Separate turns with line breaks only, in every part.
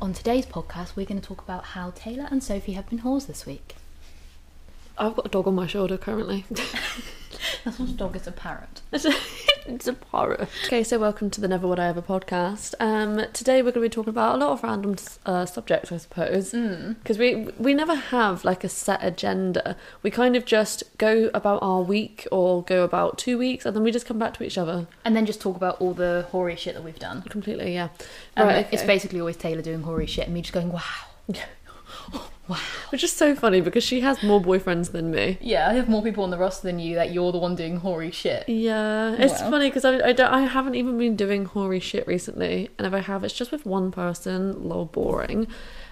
On today's podcast, we're going to talk about how Taylor and Sophie have been whores this week.
I've got a dog on my shoulder currently.
That's not a dog, it's a parrot.
it's a parrot. Okay, so welcome to the Never Would I Ever podcast. Um, today we're going to be talking about a lot of random uh, subjects, I suppose, because we we never have like a set agenda. We kind of just go about our week or go about two weeks, and then we just come back to each other
And then just talk about all the hoary shit that we've done.
completely. Yeah,
Um,
Right,
It's
okay.
basically always Taylor doing hoary shit and me just going, wow. wow.
which is so funny because she has more boyfriends than me.
Yeah, I have more people on the roster than you that you're the one doing hoary shit.
Yeah, it's
Wow.
funny 'cause funny because I, I don't I haven't even been doing hoary shit recently, and if I have, it's just with one person. Lol, boring.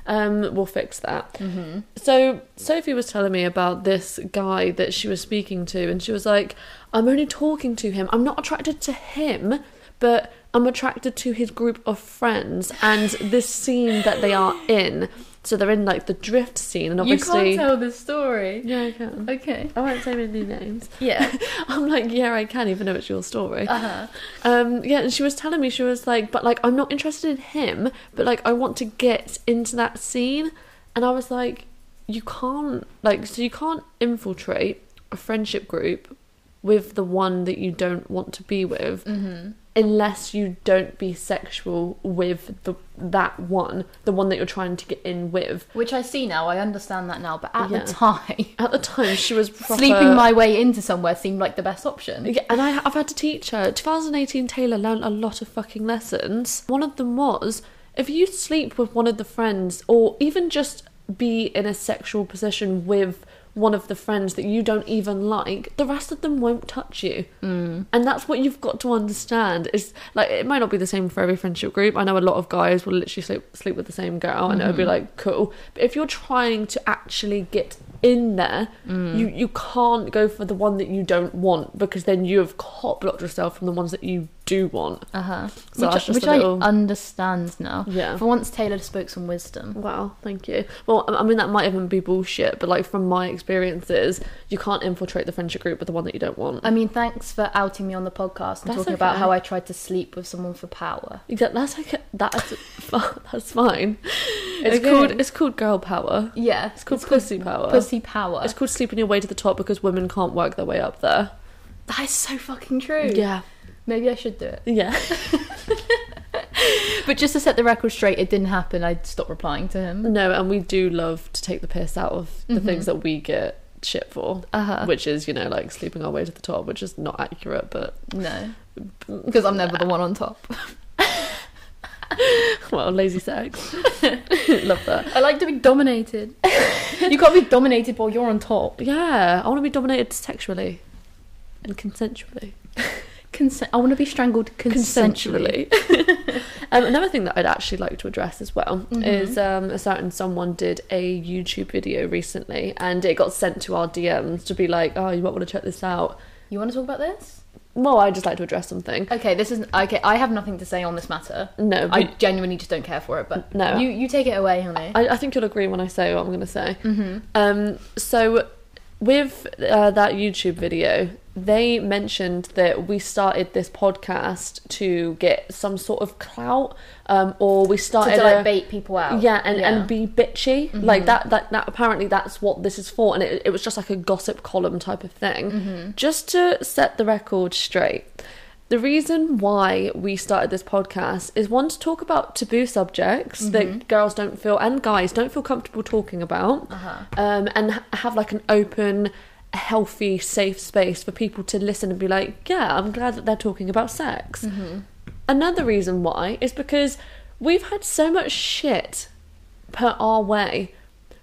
Um, we'll fix that. Mm-hmm. So Sophie was telling me about this guy that she was speaking to, and she was like, "I'm only talking to him. I'm not attracted to him, but I'm attracted to his group of friends and this scene that they are in. So they're in like the drift scene, and obviously,
You can't tell this story.
yeah, I can.
Okay.
I won't say any names.
Yeah.
I'm like, yeah, I can, even though it's your story.
Uh-huh.
Um, yeah, and she was telling me she was like, but like I'm not interested in him, but like I want to get into that scene, and I was like, you can't like so you can't infiltrate a friendship group with the one that you don't want to be with unless you don't be sexual with the that one, the one that you're trying to get in with.
Which I see now, I understand that now, but at
Yeah.
the time,
At the time, she was proper,
sleeping my way into somewhere seemed like the best option.
Yeah, and I, I've had to teach her. 2018 Taylor learned a lot of fucking lessons. One of them was if you sleep with one of the friends, or even just be in a sexual position with one of the friends that you don't even like, the rest of them won't touch you. Mm. And that's what you've got to understand. Is like it might not be the same for every friendship group. I know a lot of guys will literally sleep, sleep with the same girl, and it would be like cool. But if you're trying to actually get in there, you you can't go for the one that you don't want because then you have cop blocked yourself from the ones that you do want.
Uh huh.
So
which
that's just
which
a little-
I understand now.
Yeah.
For once, Taylor spoke some wisdom.
Wow, thank you. Well, I I mean that might even be bullshit, but like from my experiences, you can't infiltrate the friendship group with the one that you don't want.
I mean, thanks for outing me on the podcast and
That's
talking about
okay.
how I tried to sleep with someone for power.
Exactly. That's okay. That's fi- that's fine. It's
Okay.
called it's called girl power.
Yeah.
It's called pussy power.
pussy power.
It's called sleeping your way to the top because women can't work their way up there.
That is so fucking true.
Yeah,
Maybe I should do it.
yeah.
But just to set the record straight, it didn't happen. I stopped replying to him.
No, and we do love to take the piss out of
Mm-hmm.
the things that we get shit for,
Uh-huh.
which is you know like sleeping our way to the top, which is not accurate, but
No. Because I'm never the one on top.
well, lazy sex. love that.
I like to be dominated. you can't be dominated while you're on top.
Yeah, I want to be dominated sexually and consensually.
Consent. I want to be strangled consensually.
consensually. um, another thing that I'd actually like to address as well
Mm-hmm.
is um, a certain someone did a YouTube video recently, and it got sent to our DMs to be like, "Oh, you might want to check this out."
You want to talk about this?
Well, I would just like to address something.
Okay, this is okay. I have nothing to say on this matter.
No,
I
we-
genuinely just don't care for it. But
No.
you you take it away, honey. Mm-hmm.
I, I think you'll agree when I say what I'm going to say. Um, so, with uh, that YouTube video, they mentioned that we started this podcast to get some sort of clout, um, or we
to,
started
to, like
a-
bait people out.
yeah and, and be bitchy like that, that that apparently that's what this is for and it, it was just like a gossip column type of thing just to set the record straight the reason why we started this podcast is one to talk about taboo subjects that girls don't feel and guys don't feel comfortable talking about um, and ha- have like an open healthy safe space for people to listen and be like yeah i'm glad that they're talking about sex Another reason why is because we've had so much shit put our way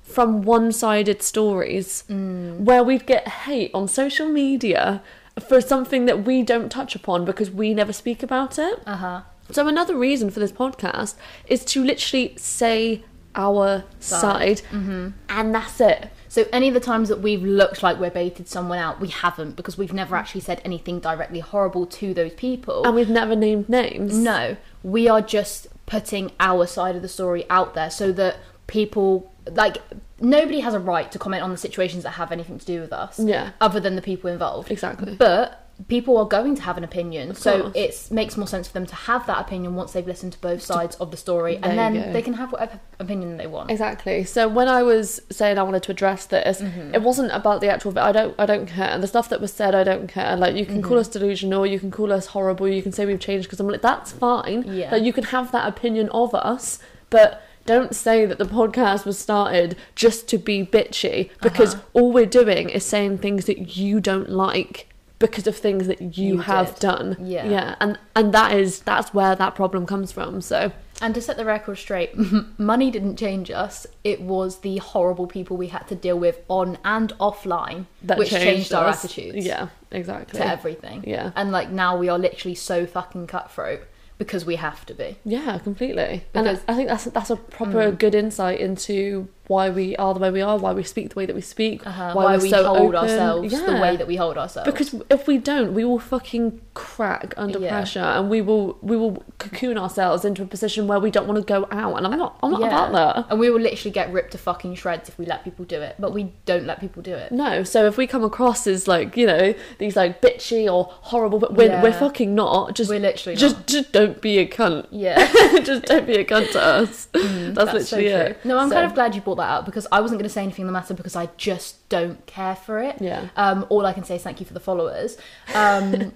from one sided stories
Mm.
where we'd get hate on social media for something that we don't touch upon because we never speak about it.
Uh huh.
So another reason for this podcast is to literally say our side,
Mm-hmm.
and that's it.
So any of the times that we've looked like we're baited someone out, we haven't because we've never actually said anything directly horrible to those people.
And we've never named names.
no, we are just putting our side of the story out there so that people like nobody has a right to comment on the situations that have anything to do with us.
Yeah.
Other than the people involved.
Exactly.
But people are going to have an opinion. so
course.
it makes more sense for them to have that opinion once they've listened to both sides of the story,
There you
and then
go.
they can have whatever opinion they want.
Exactly. So when I was saying I wanted to address this,
Mm-hmm.
it wasn't about the actual. I don't. I don't care. And the stuff that was said, I don't care. Like you can call
Mm-hmm.
us delusional, you can call us horrible, you can say we've changed because I'm like that's fine.
Yeah.
Like you can have that opinion of us, but don't say that the podcast was started just to be bitchy
Uh-huh.
because all we're doing is saying things that you don't like because of things that you,
You
have
did.
done.
Yeah.
Yeah. And and that is that's where that problem comes from. So
And to set the record straight, money didn't change us. It was the horrible people we had to deal with on and offline,
that
which changed, our
us.
attitudes
Yeah. Exactly.
to everything.
Yeah.
And like now we are literally so fucking cutthroat because we have to be.
Yeah, completely. And I
Because-
I think that's that's a proper
Hmm.
good insight into why we are the way we are, why we speak the way that we speak,
Uh-huh. Why,
we're
we
so
hold
open.
ourselves the
Yeah.
way that we hold ourselves.
because if we don't, we will fucking crack under
Yeah.
pressure, and we will we will cocoon ourselves into a position where we don't want to go out. And I'm not I'm not
Yeah.
about that.
And we will literally get ripped to fucking shreds if we let people do it. But we don't let people do it.
No, so if we come across as like you know these like bitchy or horrible, but we're, we're
Yeah.
fucking not. Just
We're literally
just
not.
just don't be a cunt.
Yeah. Hmm,
just don't be a cunt to us. that's,
That's so
literally
true.
it.
No, I'm
So-
kind of glad you brought that up because I wasn't going to say anything on the matter because I just don't care for it.
Yeah.
Um, all I can say is thank you for the followers. Um,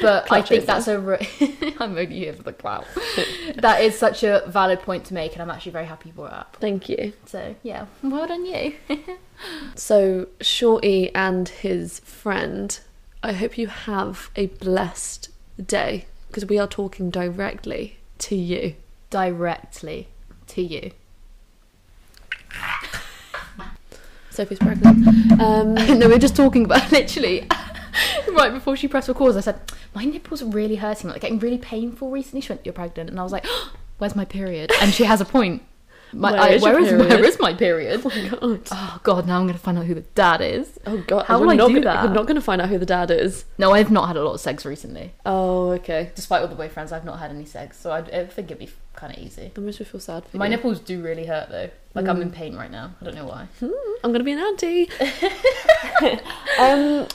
but I
Clutch
think
over.
that's a. Re- I'm only here for the clout. that is such a valid point to make, and I'm actually very happy you brought it up.
Thank you.
So yeah, well done you.
So, Shorty and his friend, I hope you have a blessed day because we are talking directly to you.
Directly to you.
Sophie's pregnant. Um,
no, we were just talking about literally. Right before she pressed record, I said, "My nipples are really hurting, like getting really painful recently." She went, "You're pregnant," and I was like, "Where's my period?" And she has a point. My,
Where
I,
is your
where is
period?
where is my period?
God.
Oh God! Now I'm gonna find out who the dad is.
Oh God!
How
you're
will I
not
do
gonna,
that?
You're not going to find out who the dad is.
No, I've not had a lot of sex recently.
Oh, okay.
Despite all the boyfriends, I've not had any sex, so I'd, I think it'd be kind of easy.
That makes me feel sad for
My
you.
nipples do really hurt though. Like I'm in pain right now. I don't know why.
Mm, I'm going to be an auntie. um,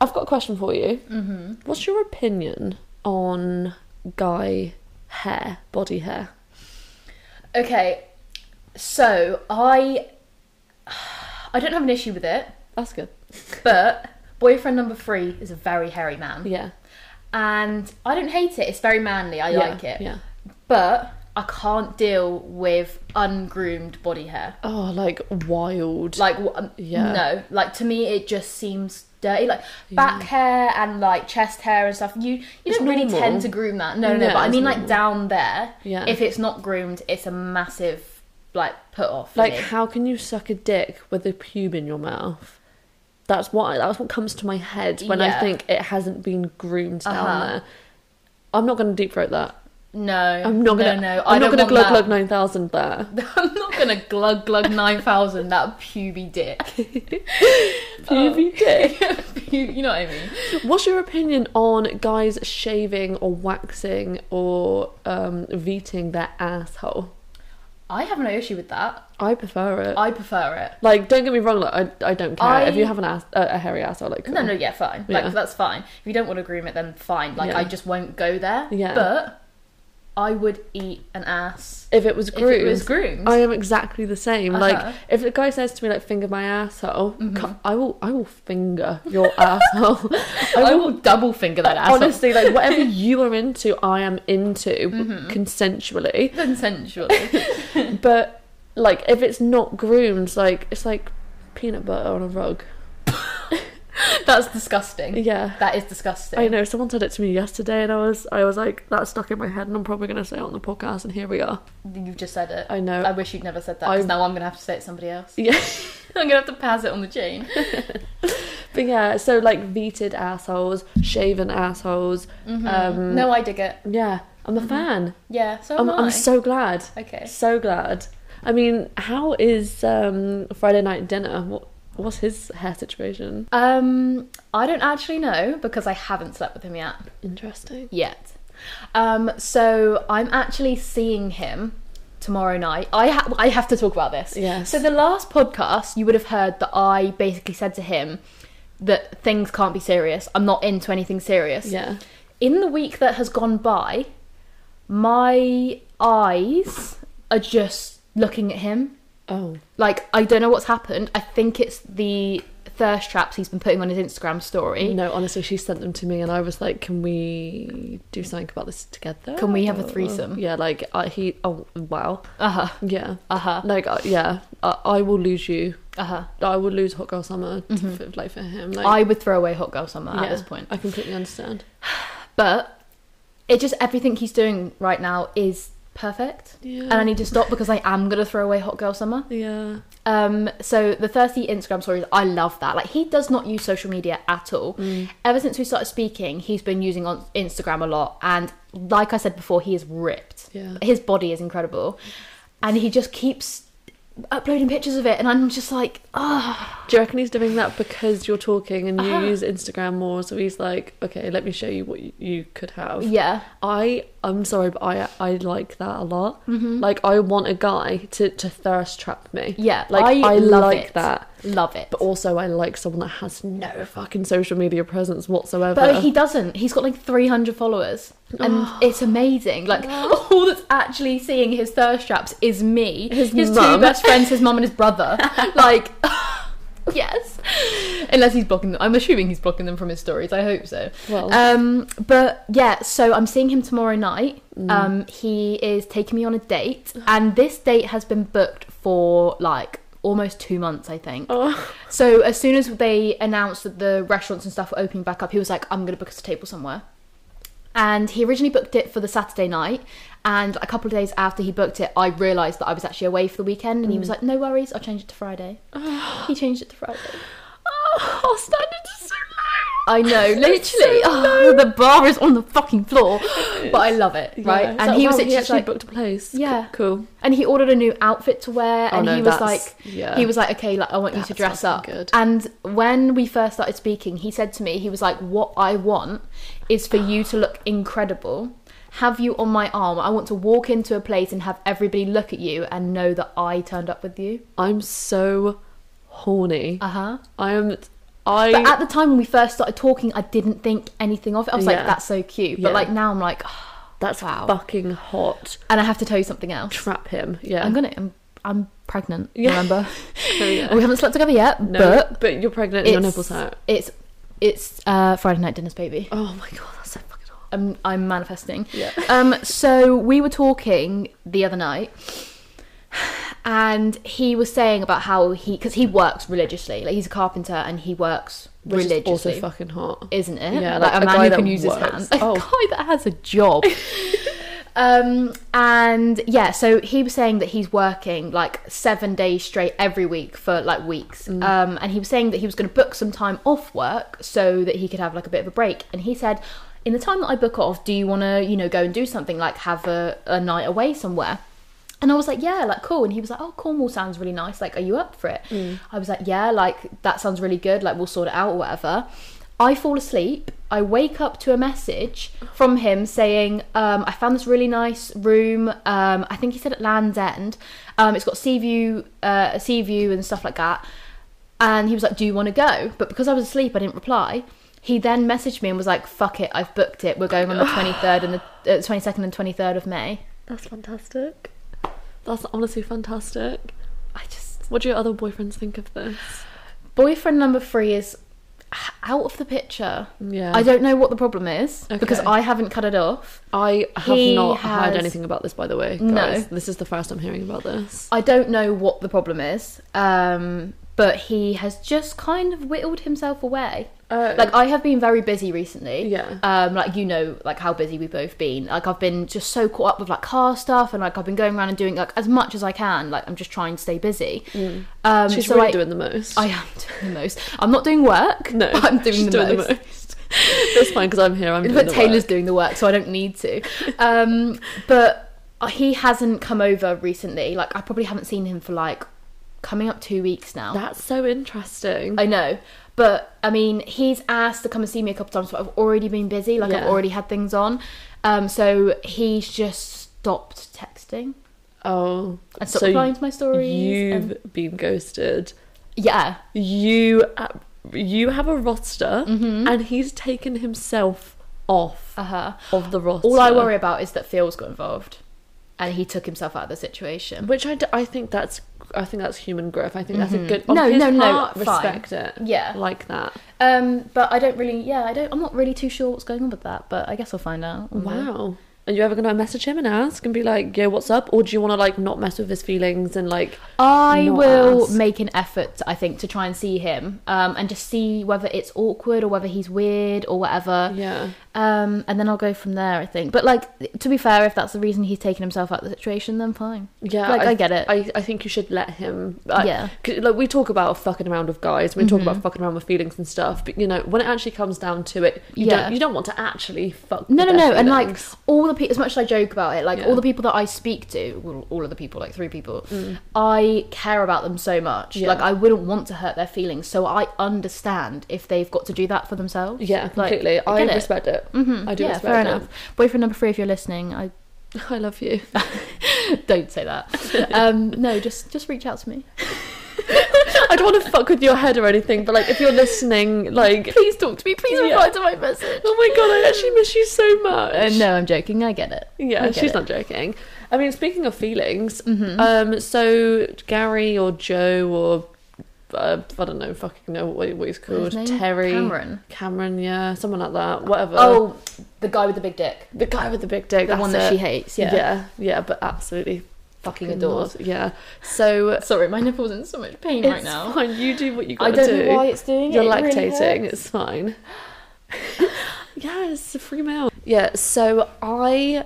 I've got a question for you. Mm-hmm. What's your opinion on guy hair, body hair?
Okay, so I I don't have an issue with it.
That's good.
But boyfriend number three is a very hairy man,
Yeah.
and I don't hate it. It's very manly. I
yeah,
like it.
Yeah.
But I can't deal with ungroomed body hair.
Oh, like wild.
Like wh- um,
Yeah.
no, like to me it just seems dirty. Like back hair and like chest hair and stuff. You you
It's
don't really
normal.
tend to groom that. No, no.
No,
no but I
it's
mean
normal.
like down there.
Yeah.
If it's not groomed, it's a massive like put off. for
like
me.
how can you suck a dick with a pube in your mouth? That's what that's what comes to my head when I
Yeah.
think it hasn't been groomed down
Uh-huh.
there. I'm not going to deep throat that.
no,
I'm not going to.
No, no. I
I'm not
don't
going to
want
glug
that.
glug nine thousand there.
I'm not gonna glug glug nine thousand that puby dick. Oh.
Pubey dick.
you, you know what I mean?
What's your opinion on guys shaving or waxing or um, veting their asshole?
I have no issue with that.
I prefer it.
I prefer it.
like, don't get me wrong. Like, I, I don't care
I-
if you have an ass, a, a hairy asshole. Like,
No, no, yeah, fine.
Yeah.
Like that's fine. If you don't want to groom it, then fine. Like
Yeah.
I just won't go there.
Yeah.
But I would eat an ass
If it was groomed,
if it was groomed.
I am exactly the same.
Uh-huh.
Like if a guy says to me like finger my asshole, cu- I will I will finger your asshole.
I will double finger that ass.
Honestly, like whatever you are into, I am into consensually.
consensually.
But like if it's not groomed, like it's like peanut butter on a rug.
that's disgusting.
Yeah.
That is disgusting.
I know someone said it to me yesterday, and I was, I was like, that stuck in my head, and I'm probably gonna say it on the podcast, and here we are.
You've just said it.
I know.
I wish you'd never said that because
I-
now I'm gonna have to say it to somebody else.
Yeah,
I'm gonna have to pass it on the chain.
but yeah, so like veted assholes, shaven assholes. Um,
Mm-hmm. no, I dig it.
Yeah, I'm a fan.
Yeah, so
I'm,
am I.
I'm so glad.
okay.
So glad. I mean, how is um, Friday night dinner? What, what's his hair situation?
Um, I don't actually know because I haven't slept with him yet.
Interesting.
Yet. Um, so I'm actually seeing him tomorrow night. I ha- I have to talk about this.
Yes.
So the last podcast, you would have heard that I basically said to him, that things can't be serious. I'm not into anything serious.
Yeah.
In the week that has gone by, my eyes are just looking at him.
Oh.
Like I don't know what's happened. I think it's the thirst traps he's been putting on his Instagram story.
Eh? No, honestly, she sent them to me, and I was like, "Can we do something about this together?
Can we have a
Or-
threesome?
Yeah, like uh, he. Oh wow.
Uh huh.
Yeah.
Uh huh.
Like uh, yeah, I, I will lose you.
Uh huh.
I will lose Hot Girl Summer to, for, like for him. Like,
Mm-hmm. I would throw away Hot Girl Summer
yeah,
at this point.
I completely understand.
But it just everything he's doing right now is perfect.
Yeah.
And I need to stop because I am gonna throw away Hot Girl Summer.
Yeah.
Um, so the thirsty Instagram stories, I love that. Like he does not use social media at all.
Mm.
Ever since we started speaking, he's been using on Instagram a lot, and like I said before, he is ripped.
Yeah.
his body is incredible, and he just keeps uploading pictures of it, and I'm just like, ah,
Do you reckon he's doing that because you're talking and you
Uh-huh.
use Instagram more? So he's like, okay, let me show you what you, you could have.
yeah,
I I'm sorry, but I I like that a lot. Like I want a guy to to thirst trap me.
Mm-hmm. yeah.
Like I,
love
like
it.
that.
Love it.
But also, I like someone that has no fucking social media presence whatsoever.
But he doesn't. He's got like 300 followers, and it's amazing. Like all that's actually seeing his thirst traps is me, his, two
mum.
best friends, his mum and his brother. like, yes. Unless he's blocking them. I'm assuming he's blocking them from his stories. I hope so.
Well.
um, but yeah. So I'm seeing him tomorrow night. Um, he is taking me on a date, and this date has been booked for like almost two months, I think.
Oh.
So as soon as they announced that the restaurants and stuff were opening back up, he was like, "I'm gonna book us a table somewhere." And he originally booked it for the Saturday night. And a couple of days after he booked it, I realised that I was actually away for the weekend. And he
Mm.
was like, "No worries, I'll change it to Friday." he changed it to Friday.
oh, our standards are so low.
I know, literally.
It's so
oh, the bar is on the fucking floor, but I love it, right?
Yeah. It's
And
like,
he
wow,
was
he
literally
actually
like,
booked a place.
Yeah.
C- cool.
and he ordered a new outfit to wear,
Oh,
and
no,
he was
that's-
like,
yeah.
he was like, okay, like I want you to
That's
dress up.
fucking good.
And when we first started speaking, he said to me, he was like, what I want is for you to look incredible, have you on my arm. I want to walk into a place and have everybody look at you and know that I turned up with you.
I'm so horny.
Uh huh.
I am. I.
But at the time when we first started talking, I didn't think anything of it. I was
Yeah.
like, that's so cute. But
Yeah.
like now, I'm like, "Oh,
that's
wow.
fucking hot.
and I have to tell you something else.
Trap him. Yeah.
I'm gonna. I'm, I'm pregnant.
Yeah.
Remember,
Oh, yeah.
we haven't slept together yet,
No,
but
but you're pregnant and your nipples out.
It's it's uh, Friday night dinners, baby.
Oh my god, that's so fucking hot.
I'm I'm manifesting.
Yeah.
Um. So we were talking the other night, and he was saying about how he because he works religiously. Like he's a carpenter and he works
Which is
religiously.
also fucking hot.
isn't it?
Yeah,
like,
like
a
a
man
guy
who
that
can use his
works.
hands.
Oh.
A guy that has a job. um, and yeah, so he was saying that he's working like seven days straight every week for like weeks.
Mm.
Um, and he was saying that he was going to book some time off work so that he could have like a bit of a break. And he said, in the time that I book off, do you want to, you know, go and do something like have a, a night away somewhere? And I was like, yeah, like cool. And he was like, oh, Cornwall sounds really nice. Like, are you up for it? I was like, yeah, like that sounds really good. Like, we'll sort it out or whatever. I fall asleep. I wake up to a message from him saying, um, I found this really nice room. Um, I think he said at Land's End. Um, it's got sea view, uh, a sea view and stuff like that. And he was like, do you want to go? But because I was asleep, I didn't reply. He then messaged me and was like, fuck it, I've booked it. We're going on the 23rd and the uh, 22nd and 23rd of May.
That's fantastic. That's honestly fantastic.
I just.
What do your other boyfriends think of this?
boyfriend number three is h- out of the picture.
Yeah.
I don't know what the problem is because
Okay.
I haven't cut it off.
I have
He
not heard
has-
anything about this, by the way.
No.
Guys. This is the first I'm hearing about this.
I don't know what the problem is, um, but he has just kind of whittled himself away.
Oh.
Like I have been very busy recently.
Yeah.
Um, like you know, like how busy we've both been. Like I've been just so caught up with like car stuff, and like I've been going around and doing like as much as I can. Like I'm just trying to stay busy. Um,
She's
so
really
I,
doing the most.
I am doing the most. I'm not doing work.
no,
but I'm doing,
she's
the,
doing
most.
the most. That's fine because I'm here. I'm doing
but
the
Taylor's
work.
doing the work, so I don't need to. Um, but he hasn't come over recently. Like I probably haven't seen him for like coming up two weeks now.
That's so interesting.
I know, but I mean, he's asked to come and see me a couple times, but I've already been busy. Like I've
Yeah.
already had things on. Um, so he's just stopped texting
oh,
and stopped
so
replying to my stories.
you've
and-
been ghosted.
yeah,
You uh, you have a roster and he's taken himself off
Uh huh.
of the roster.
All I worry about is that Phil's got involved, and he took himself out of the situation.
which I, d- I think that's I think that's human growth. I think that's a good on
No,
his
no, no,
part,
fine.
respect it.
Yeah.
like that.
Um, but I don't really. Yeah, I don't. I'm not really too sure what's going on with that. But I guess I'll find out.
Mm-hmm.
Mm-hmm. one day.
Wow. Are you ever gonna message him and ask and be like, "Yo, what's up?" Or do you want to like not mess with his feelings and like?
I
Not
will
us.
make an effort, I think, to try and see him um, and just see whether it's awkward or whether he's weird or whatever.
Yeah.
Um, and then I'll go from there, I think. But, like, to be fair, if that's the reason he's taken himself out of the situation, then fine.
Yeah,
Like, I get it.
I, I think you should let him. I,
Yeah. Mm-hmm.
'cause, like we talk about fucking around with guys, we talk about fucking around with feelings and stuff. But you know, when it actually comes down to it, you
Yeah.
don't you don't want to actually fuck.
No, no,
with
no.
their
And, like,
feelings.
all the people, as much as I joke about it, like,
Yeah.
all the people that I speak to, well, all of the people, like, three people, I care about them so much.
Mm. Yeah.
Like, I wouldn't want to hurt their feelings. So I understand if they've got to do that for themselves.
yeah,
Like,
completely. I,
get it.
respect it.
Mhm.
I do
yeah,
respect
fair
it.
enough. Boyfriend number three, if you're listening, I
I love you.
don't say that. Um, no, just just reach out to me.
I don't want to fuck with your head or anything, but like if you're listening, like
Please talk to me. Please
Yeah.
reply to my message.
oh my god, I actually miss you so much.
Uh, no, I'm joking. I get it. I
Yeah,
get
she's
it. Mm-hmm.
not joking. I mean, speaking of feelings,
Mm.
um, so Gary or Joe or uh, I don't know, fucking know what, what he's
What's
called,
his name?
oh, Terry,
Cameron.
Cameron, yeah, someone like that, whatever.
Oh, the guy with the big dick.
the guy with the big dick,
The
that's
one that she
it.
hates.
Yeah.
Yeah.
yeah, but absolutely
Fucking adores.
loves- Yeah, so
Sorry, my nipple's in so much pain right
it's
now.
fine. You do what you
I
gotta
don't
do.
know why it's doing
You're
it. It really
lactating.
hurts.
it's fine. yeah, it's a free meal. Yeah. So I,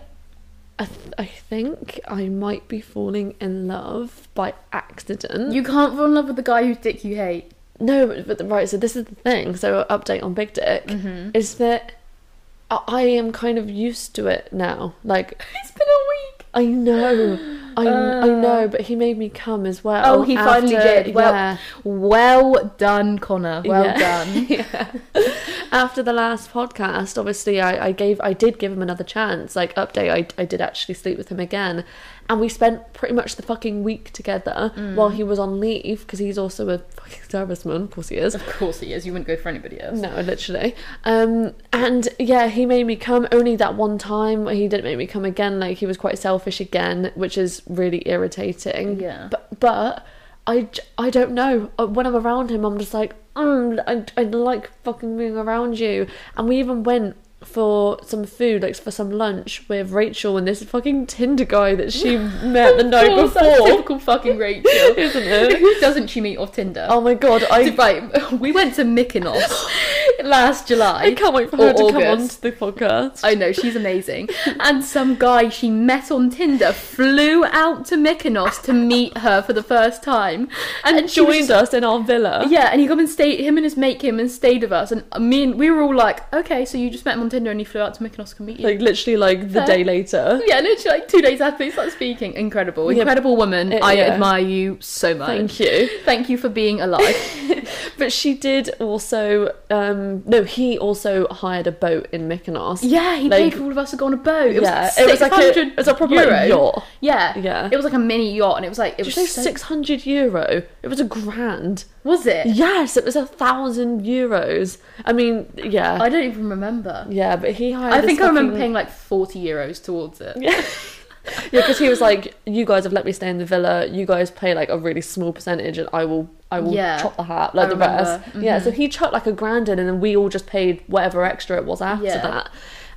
I, th- I think I might be falling in love by accident.
You can't fall in love with the guy whose dick you hate.
no, but, but right. So this is the thing. So update on Big Dick is that I, I am kind of used to it now. Like
It's been a week.
I know, I, I
Uh.
know. But he made me come as well.
Oh, he finally
after-
did. Well-
yeah.
Well done, Connor. Well
Yeah.
done.
after the last podcast obviously I, I gave i did give him another chance like update I, I did actually sleep with him again and we spent pretty much the fucking week together
Mm.
while he was on leave because he's also a fucking serviceman of course he is
Of course he is. You wouldn't go for anybody else.
no literally um and yeah he made me come only that one time he didn't make me come again like he was quite selfish again which is really irritating
Yeah.
but but I, j- I don't know. Uh, When I'm around him, I'm just like, mm, I, I like fucking being around you. And we even went for some food, like for some lunch with Rachel and this fucking Tinder guy that she met the night
course, that's
before.
typical fucking Rachel,
Isn't it?
Who doesn't she meet off Tinder?
Oh my god, I,
right, we went to Mykonos last July.
I can't wait for
or
her to come
August.
onto the podcast.
I know she's amazing, and some guy she met on Tinder flew out to Mykonos to meet her for the first time, and, she was
Joined us in our villa.
Yeah, and he come and stayed. Him and his mate came and stayed with us, and me and we were all like, "Okay, so you just met him on Tinder and he flew out to Mykonos to come meet you."
Like literally like the
Fair.
day later.
yeah, literally like two days after he started speaking. Incredible,
Yeah.
incredible woman.
Uh,
I
yeah.
admire you so much.
Thank you.
Thank you for being alive.
But she did also um no, he also hired a boat in Mykonos.
Yeah, he
Like-
paid for all of us to go on a boat. It was
yeah,
it was like
a, it was a proper
euro.
like, yacht.
Yeah,
Yeah.
It was like a mini yacht, and it was like it
It was
was
say
so-
six hundred euro. It was a grand.
Was it?
Yes, it was a thousand euros. I mean, yeah,
I don't even remember.
yeah. But he hired.
I
this
think I remember
fucking-
paying like forty euros towards it.
Yeah. yeah, because he was like, "You guys have let me stay in the villa. You guys pay like a really small percentage, and I will, I will
Yeah.
chop the hat like
I
the rest."
remember. Mm-hmm.
Yeah, so he chucked like a grand in, and then we all just paid whatever extra it was after
Yeah.
that.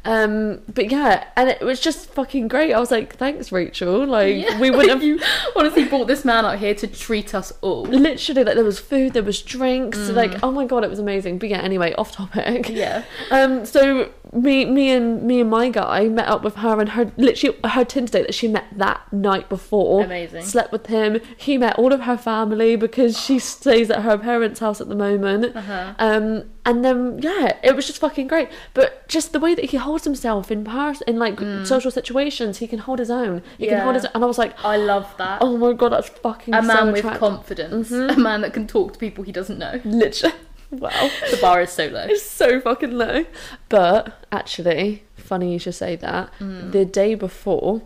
Um, but yeah, and it was just fucking great. I was like, "Thanks, Rachel." Like
Yeah.
we wouldn't have
you honestly brought this man out here to treat us all.
literally like there was food, there was drinks.
Mm.
Like oh my god, it was amazing. But yeah, anyway, off topic.
Yeah.
Um, so me, me and me and my guy met up with her and her literally her Tinder date that she met that night before.
Amazing.
Slept with him. He met all of her family because she stays at her parents' house at the moment.
Uh-huh.
Um, and then yeah, it was just fucking great. But just the way that he holds himself in person, in like social situations, he can hold his own. He can hold
Mm. Yeah.
his. And I was like,
I love that.
oh my god, that's fucking
a man
so
with
attractive.
confidence, a man that can talk to people he doesn't know.
Literally. Wow.
The bar is so low.
It's so fucking low. But actually, funny you should say that.
Mm.
The day before,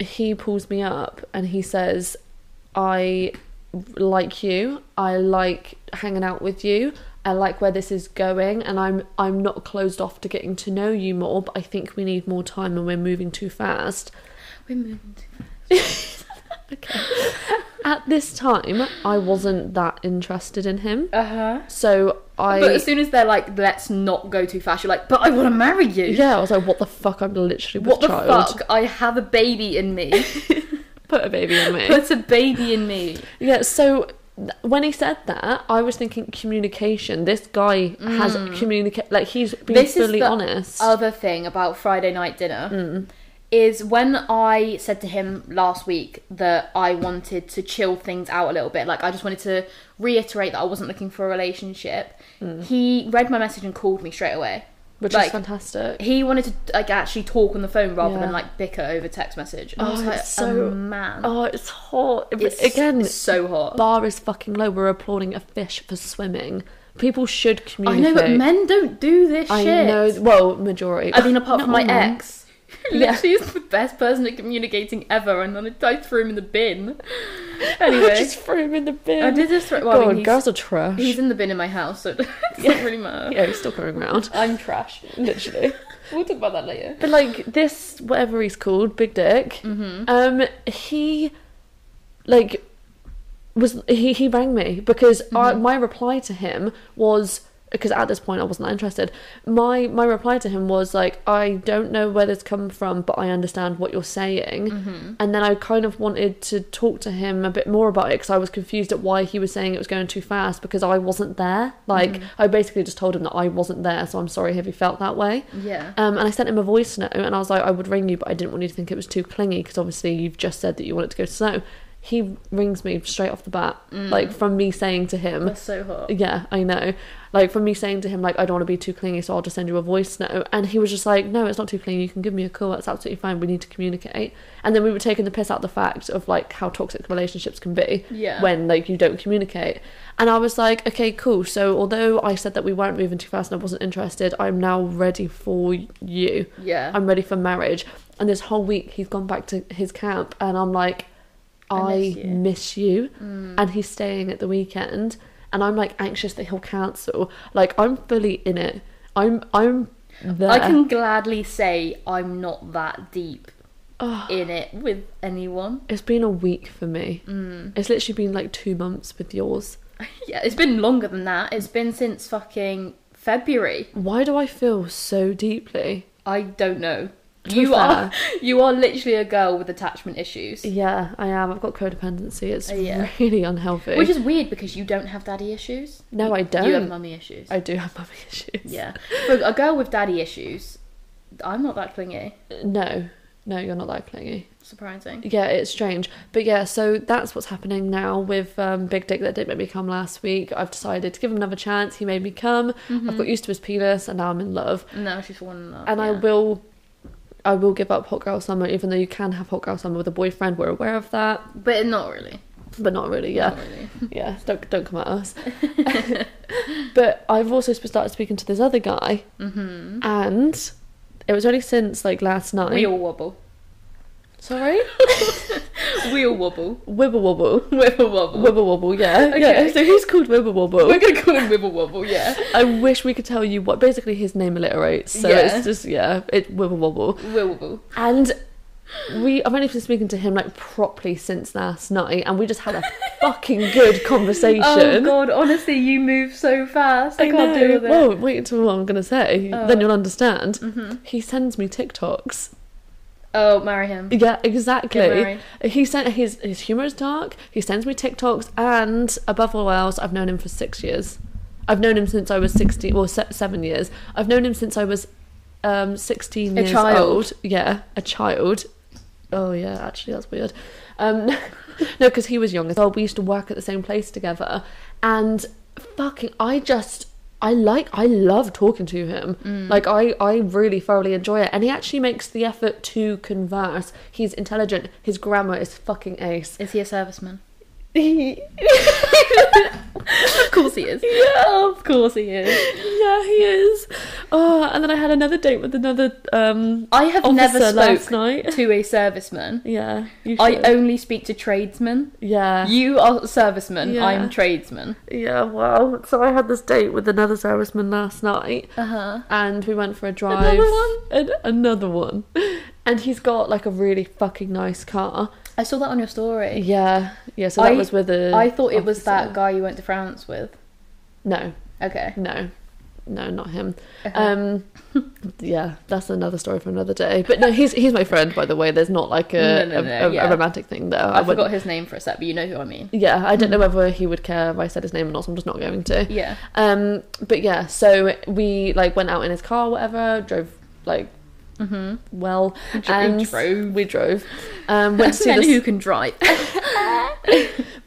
he pulls me up and he says, I like you. I like hanging out with you. I like where this is going and I'm I'm not closed off to getting to know you more, but I think we need more time and we're moving too fast.
We're moving to
At this time, I wasn't that interested in him.
Uh huh.
So I
But as soon as they're like, let's not go too fast, you're like, but I want to marry you.
Yeah, I was like, what the fuck? I'm literally with
What the
child.
fuck? I have a baby in me.
Put a baby in me.
Put a baby in me.
Yeah, so th- when he said that, I was thinking communication. This guy has communicate like he's been
Mm. This is
fully
the
honest.
Other thing about Friday night dinner is when I said to him last week that I wanted to chill things out a little bit, like I just wanted to reiterate that I wasn't looking for a relationship. He read my message and called me straight away.
which
like,
is fantastic.
He wanted to like actually talk on the phone rather
Yeah.
than like bicker over text message. And I
Oh,
was like,
it's so-
oh, man,
Oh, it's hot. It-
it's
Again,
it's so hot.
bar is fucking low. We're applauding a fish for swimming. People should
I know,
communicate.
but men don't do this
I
shit.
know. Well, majority.
I mean, apart from my
Not all men.
ex, who
Yeah.
literally is the best person at communicating ever, and then I, I threw him in the bin. Anyway,
I just threw him in the bin.
I did just throw. Well, I
God,
mean, he's,
girls are trash.
he's in the bin in my house, so it doesn't really matter.
yeah, he's still going around.
I'm trash.
Literally.
We'll talk about that later.
But like this, whatever he's called, Big Dick. Um, he, like, was he? He rang me because I, my reply to him was because at this point I wasn't that interested. My my reply to him was like, I don't know where this come from, but I understand what you're saying. And then I kind of wanted to talk to him a bit more about it because I was confused at why he was saying it was going too fast because I wasn't there. Like, I basically just told him that I wasn't there, so I'm sorry if he felt that way.
Yeah.
Um, and I sent him a voice note and I was like, I would ring you, but I didn't want you to think it was too clingy because obviously you've just said that you want it to go slow. He rings me straight off the bat, like from me saying to him,
That's so hot.
Yeah, I know. Like from me saying to him, like, I don't want to be too clingy, so I'll just send you a voice note. And he was just like, No, it's not too clingy. You can give me a call. That's absolutely fine. We need to communicate. And then we were taking the piss out the fact of like how toxic relationships can be
Yeah.
when like you don't communicate. And I was like, okay, cool. So although I said that we weren't moving too fast and I wasn't interested, I'm now ready for you.
Yeah.
I'm ready for marriage. And this whole week he's gone back to his camp and I'm like, I,
I miss
miss
you." Mm.
you. And he's staying at the weekend and I'm like anxious that he'll cancel. Like I'm fully in it. I'm I'm there.
I can gladly say I'm not that deep
Oh.
in it with anyone.
it's been a week for me. Mm. It's literally been like two months with yours.
Yeah, it's been longer than that. It's been since fucking February.
Why do I feel so deeply?
I don't know.
To be
You are
fair.
you are literally a girl with attachment issues.
Yeah, I am. I've got codependency. It's
Oh, yeah.
really unhealthy.
Which is weird because you don't have daddy issues.
No, I
You have
don't.
mummy issues.
I do have mummy issues.
yeah. For a girl with daddy issues, I'm not that clingy.
No, no, you're not that clingy.
Surprising.
Yeah, it's strange. But yeah, so that's what's happening now with um, Big Dick that didn't make me come last week. I've decided to give him another chance. He made me come. I've got used to his penis and now I'm in love.
No, she's fallen in love.
And I
Mm-hmm. yeah.
will. I will give up Hot Girl Summer, even though you can have Hot Girl Summer with a boyfriend. We're aware of that,
But not really.
but not really. Yeah,
Not really.
yeah, don't don't come at us. but I've also sp- started speaking to this other guy, and it was only since like last night.
Mm-hmm. We all wobble.
Sorry,
We all wobble.
wibble wobble,
Wibble wobble.
wibble wobble. Yeah, yeah.
Okay.
So he's called wibble wobble.
We're gonna call him wibble wobble, yeah.
I wish we could tell you what basically his name alliterates. So
Yeah.
it's just yeah, it wibble wobble.
Wibble wobble.
And we I've only been speaking to him like properly since last night, and we just had a fucking good conversation.
Oh god, honestly, you move so fast. I, can't
know.
deal with it.
Well, wait until what I'm gonna say, then
Oh.
you'll understand. He sends me TikToks.
Mm-hmm. Oh, marry him.
Yeah, exactly.
Get married.
He sent his his humor is dark. He sends me TikToks, and above all else, I've known him for six years. I've known him since I was sixteen, or se- seven years. I've known him since I was um, sixteen
A
years
child.
old. Yeah, a child. Oh yeah, actually, that's weird. Um, no, because he was young as well. We used to work at the same place together, and fucking, I just. I like I love talking to him. Like I I really thoroughly enjoy it and he actually makes the effort to converse. He's intelligent. His grammar is fucking ace.
Is he a serviceman?
He
Of course he is. Yeah, of course he is.
Yeah, he is. Oh, and then I had another date with another um
I have
officer
never
last
spoke
night.
to a serviceman.
Yeah, you
I
should.
only speak to tradesmen.
yeah
You are serviceman.
Yeah.
I'm tradesman.
yeah. Well, so I had this date with another serviceman last night,
Uh huh.
and we went for a drive.
Another one?
And another one. And he's got like a really fucking nice car.
I saw that on your story.
Yeah, yeah. So that
I-
was with a.
I thought it was
officer.
that guy you went to France with.
No,
Okay. Uh-huh.
no, no, not him.
Okay.
Um, yeah, that's another story for another day. But no, he's he's my friend, by the way. There's not like
No,
a
no, no,
a, a- a
yeah.
romantic thing there.
I,
wouldn't-
forgot his Hmm. name for a sec, but you know who I mean.
Yeah, I don't know whether he would care if I said his name or not. So I'm just not going to.
Yeah.
Um, but yeah, so we like went out in his car, whatever, drove like
Mm-hmm.
well,
dro-
and
drove.
we drove. Um, went to see the
who can drive.
we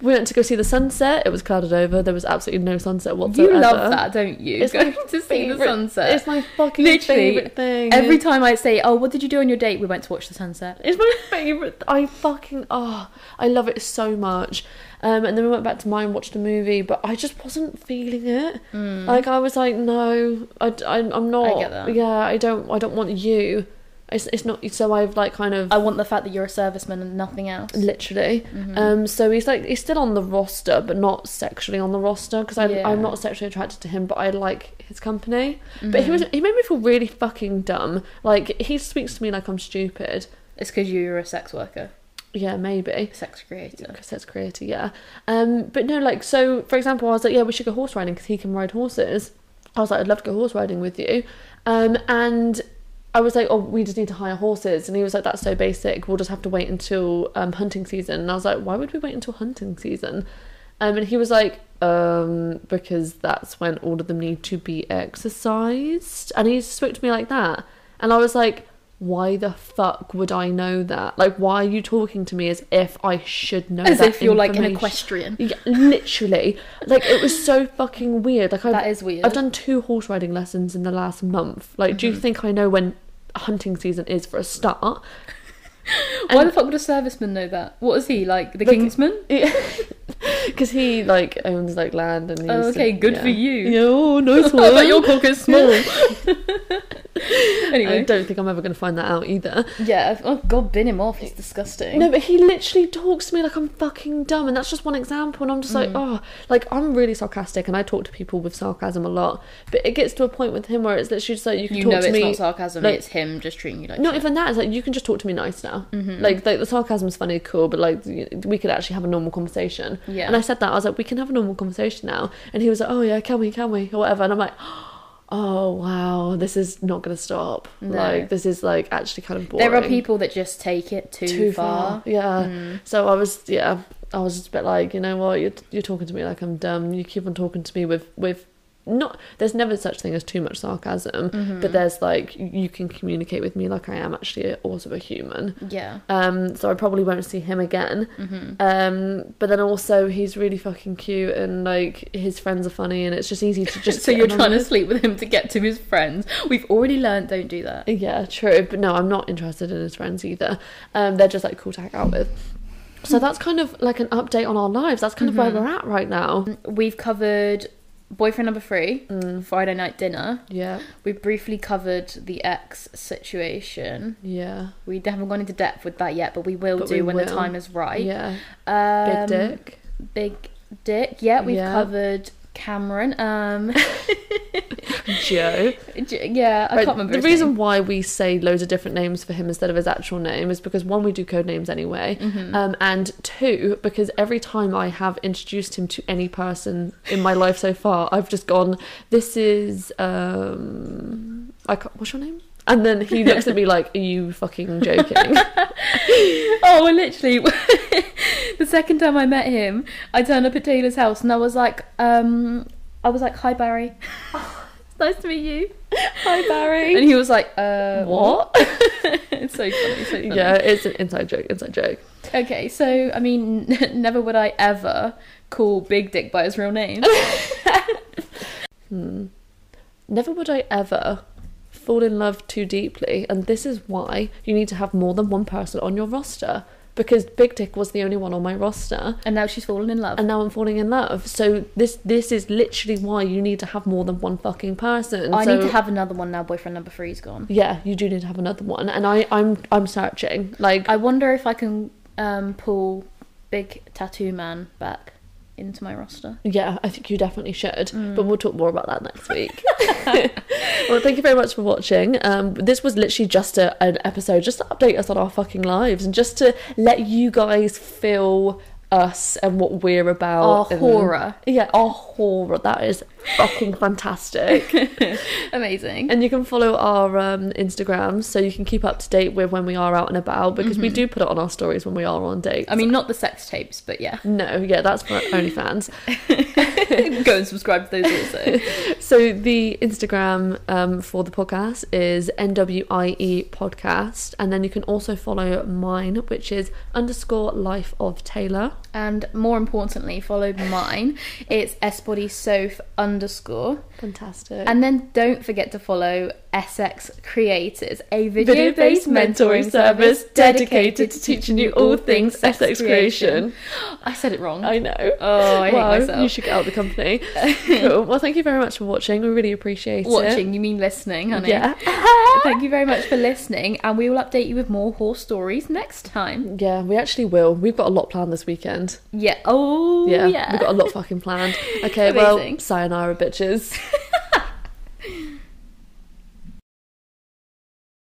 went to go see the sunset. It was clouded over. There was absolutely no sunset whatsoever.
you love that, don't you?
It's
Going
my
to see the
favourite-
sunset.
It's my fucking
Literally,
favorite thing.
Every time I say, "Oh, what did you do on your date?" We went to watch the sunset.
It's my favourite. I fucking oh, I love it so much. Um, and then we went back to mine, and watched a movie, but I just wasn't feeling it. Like I was like, no, I, am not.
Mm. get that.
Yeah, I don't. I don't want you. It's it's not. So I've like kind of
I want the fact that you're a serviceman and nothing else. Mm-hmm.
literally.
Mm.
Um, so he's like he's still on the roster, but not sexually on the roster because I
Yeah.
I'm not sexually attracted to him, but I like his company.
Mm-hmm.
But he
Mm.
was he made me feel really fucking dumb. Like he speaks to me like I'm stupid.
It's because you're a sex worker,
Yeah, maybe.
a sex creator.
because that's creator yeah um but no like so for example i was like yeah we should go horse riding because he can ride horses i was like i'd love to go horse riding with you um and i was like oh we just need to hire horses and he was like that's so basic we'll just have to wait until um hunting season and i was like why would we wait until hunting season um and he was like um because that's when all of them need to be exercised and he spoke to me like that and i was like why the fuck would I know that? Like, why are you talking to me as if I should know
As
that
if you're like an
information?
equestrian.
Yeah, literally. Like it was so fucking weird. Like I've,
That is weird.
I've done two horse riding lessons in the last month. Like, do you
Mm-hmm.
think I know when hunting season is for a start?
Why
And-
the fuck would a serviceman know that? What is he like, the
Like-
Kingsman?
Because he like owns like land and. He
Oh,
used to-
okay, good for
yeah.
you.
Yeah, oh, nice
I bet
one.
your cock is small.
I
anyway,
don't think I'm ever going to find that out either.
yeah. Oh god, bin him off. He's disgusting.
No, but he literally talks to me like I'm fucking dumb, and that's just one example. And I'm just
Mm.
like, oh, like I'm really sarcastic, and I talk to people with sarcasm a lot. But it gets to a point with him where it's literally just like you can
you
talk
know
to
it's
me.
not sarcasm.
like-
it's him just treating you like.
not
shit.
even that. It's like you can just talk to me nice now.
Mm-hmm.
Like, like the sarcasm's funny, cool, but like y- we could actually have a normal conversation.
Yeah.
And I said that I was like, we can have a normal conversation now. And he was like, oh yeah, can we? Can we? Or whatever. And I'm like. Oh wow, this is not gonna stop.
No.
Like this is like actually kind of boring
there are people that just take it too, far. Mm.
yeah. So I was, yeah, I was just a bit like, you know what, you're, you're talking to me like I'm dumb. You keep on talking to me with with not. There's never such thing as too much sarcasm,
Mm-hmm.
but there's like you can communicate with me like I am actually also a human.
Yeah. Mm-hmm.
Um, so I probably won't see him again. Um, but then also he's really fucking cute and like his friends are funny and it's just easy to just.
so
get
you're
along
trying to
with.
sleep with him to get to his friends. We've already learned don't do that.
Yeah, true. But no, I'm not interested in his friends either. Um, they're just like cool to hang out with. So that's kind of like an update on our lives. That's kind of
Mm-hmm.
where we're at right now.
Um, We've covered boyfriend number three, Friday night dinner.
Yeah,
We briefly covered the ex situation.
yeah,
We haven't gone into depth with that yet, but we will
But
do
we
when the
will.
time is right.
yeah. Big
Um,
dick.
Big dick. Yeah, we've
Yeah.
covered Cameron. Um,
Joe.
j- yeah, I
Right,
can't remember.
the
his
reason
name.
why we say loads of different names for him instead of his actual name is because one, we do code names anyway,
Mm-hmm.
um, and two, because every time I have introduced him to any person in my life so far, I've just gone, "This is um, I can't, what's your name?" And then he looks at me like, "Are you fucking joking?"
Oh, well, literally, the second time I met him, I turned up at Taylor's house and I was like, um, I was like, "Hi, Barry. it's nice to meet you."
Hi, Barry.
And he was like, "Uh,
What?
it's so funny. So funny.
yeah, it's an inside joke. Inside joke.
Okay, so I mean, never would I ever call Big Dick by his real name.
Hmm. Never would I ever fall in love too deeply, and this is why you need to have more than one person on your roster. because Big Dick was the only one on my roster.
And now she's fallen in love.
And now I'm falling in love. So this this is literally why you need to have more than one fucking person.
I
So-
need to have another one now. Boyfriend number three's gone.
Yeah, you do need to have another one. And I, I'm I'm searching. Like
I wonder if I can um, pull Big Tattoo Man back into my roster.
Yeah, I think you definitely should.
Mm.
But we'll talk more about that next week. well, thank you very much for watching. Um, this was literally just a, an episode just to update us on our fucking lives and just to let you guys feel us and what we're about.
Our
and-
horror.
Yeah, our horror. That is fucking fantastic.
Amazing.
And you can follow our um, Instagram so you can keep up to date with when we are out and about because we do put it on our stories when we are on dates.
Mm-hmm. I mean, not the sex tapes, but yeah.
no, yeah, that's for OnlyFans.
Go and subscribe to those also.
So the Instagram um, for the podcast is NWIE E podcast, and then you can also follow mine, which is underscore life of Taylor.
and more importantly, follow mine. It's sbodysof underscore.
Fantastic. And
And then don't forget to follow SX Creators, a
video based
video-based
mentoring service dedicated to teaching you all things SX creation.
I said it wrong.
I know.
Oh, I hate
Wow,
myself.
You should get out of the company. cool. Well, thank you very much for watching. We really appreciate it.
Watching, you mean listening, honey.
Yeah.
Thank you very much for listening, and we will update you with more horse stories next time.
Yeah, we actually will. We've got a lot planned this weekend.
Yeah. Oh,
Yeah,
yeah.
we've got a lot fucking planned. Okay, well,
Amazing.
sayonara, bitches.